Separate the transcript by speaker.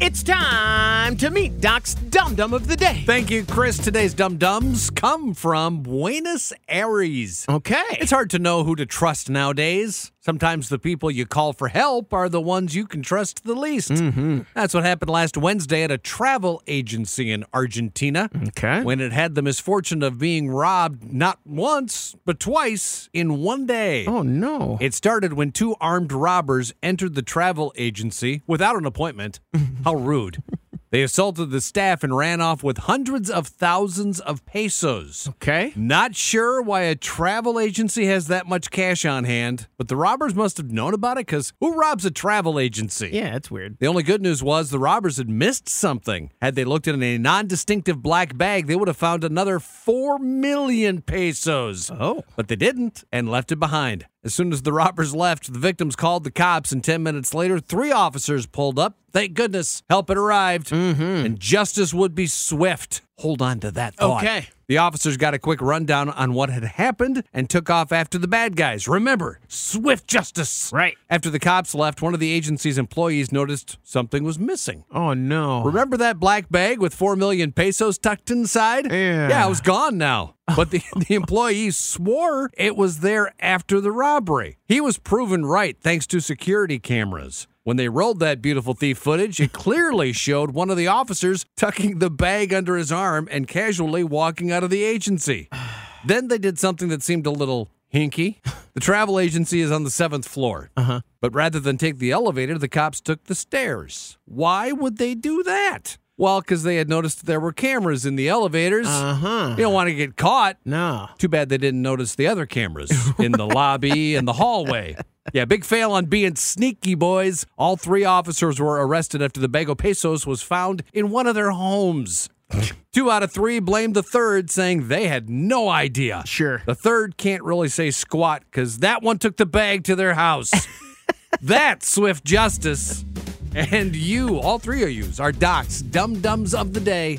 Speaker 1: It's time to meet Doc's Dum Dum of the Day.
Speaker 2: Thank you, Chris. Today's Dum Dums come from Buenos Aires.
Speaker 1: Okay.
Speaker 2: It's hard to know who to trust nowadays. Sometimes the people you call for help are the ones you can trust the least. That's what happened last Wednesday at a travel agency in Argentina.
Speaker 1: Okay.
Speaker 2: When it had the misfortune of being robbed not once, but twice in one day.
Speaker 1: oh no.
Speaker 2: It started when two armed robbers entered the travel agency without an appointment. How rude. They assaulted the staff and ran off with hundreds of thousands of pesos.
Speaker 1: okay.
Speaker 2: Not sure why a travel agency has that much cash on hand, but the robbers must have known about it because who robs a travel agency?
Speaker 1: Yeah, it's weird.
Speaker 2: The only good news was the robbers had missed something. Had they looked in a non distinctive black bag, they would have found another 4 million pesos.
Speaker 1: Oh.
Speaker 2: But they didn't and left it behind. As soon as the robbers left, the victims called the cops, and 10 minutes later, three officers pulled up. Thank goodness, help had arrived,
Speaker 1: Mm-hmm.
Speaker 2: and justice would be swift. Hold on to that thought.
Speaker 1: Okay.
Speaker 2: The officers got a quick rundown on what had happened and took off after the bad guys. Remember, swift justice.
Speaker 1: Right.
Speaker 2: After the cops left, one of the agency's employees noticed something was missing.
Speaker 1: Oh no.
Speaker 2: Remember that black bag with 4 million pesos tucked inside?
Speaker 1: Yeah.
Speaker 2: Yeah, it was gone now. But the, the employee swore it was there after the robbery. He was proven right thanks to security cameras. When they rolled that beautiful thief footage, it clearly showed one of the officers tucking the bag under his arm and casually walking out of the agency. Then they did something that seemed a little hinky. The travel agency is on the seventh floor. Uh-huh. But rather than take the elevator, the cops took the stairs. Why would they do that? Well, because they had noticed there were cameras in the elevators.
Speaker 1: Uh-huh.
Speaker 2: You don't want to get caught.
Speaker 1: No.
Speaker 2: Too bad they didn't notice the other cameras in the lobby and the hallway. Yeah, big fail on being sneaky, boys. All three officers were arrested after the bag of pesos was found in one of their homes. Two out of three blamed the third, saying they had no idea.
Speaker 1: Sure.
Speaker 2: The third can't really say squat because that one took the bag to their house. That's swift justice. And you, all three of yous, are docs, dum dums of the day.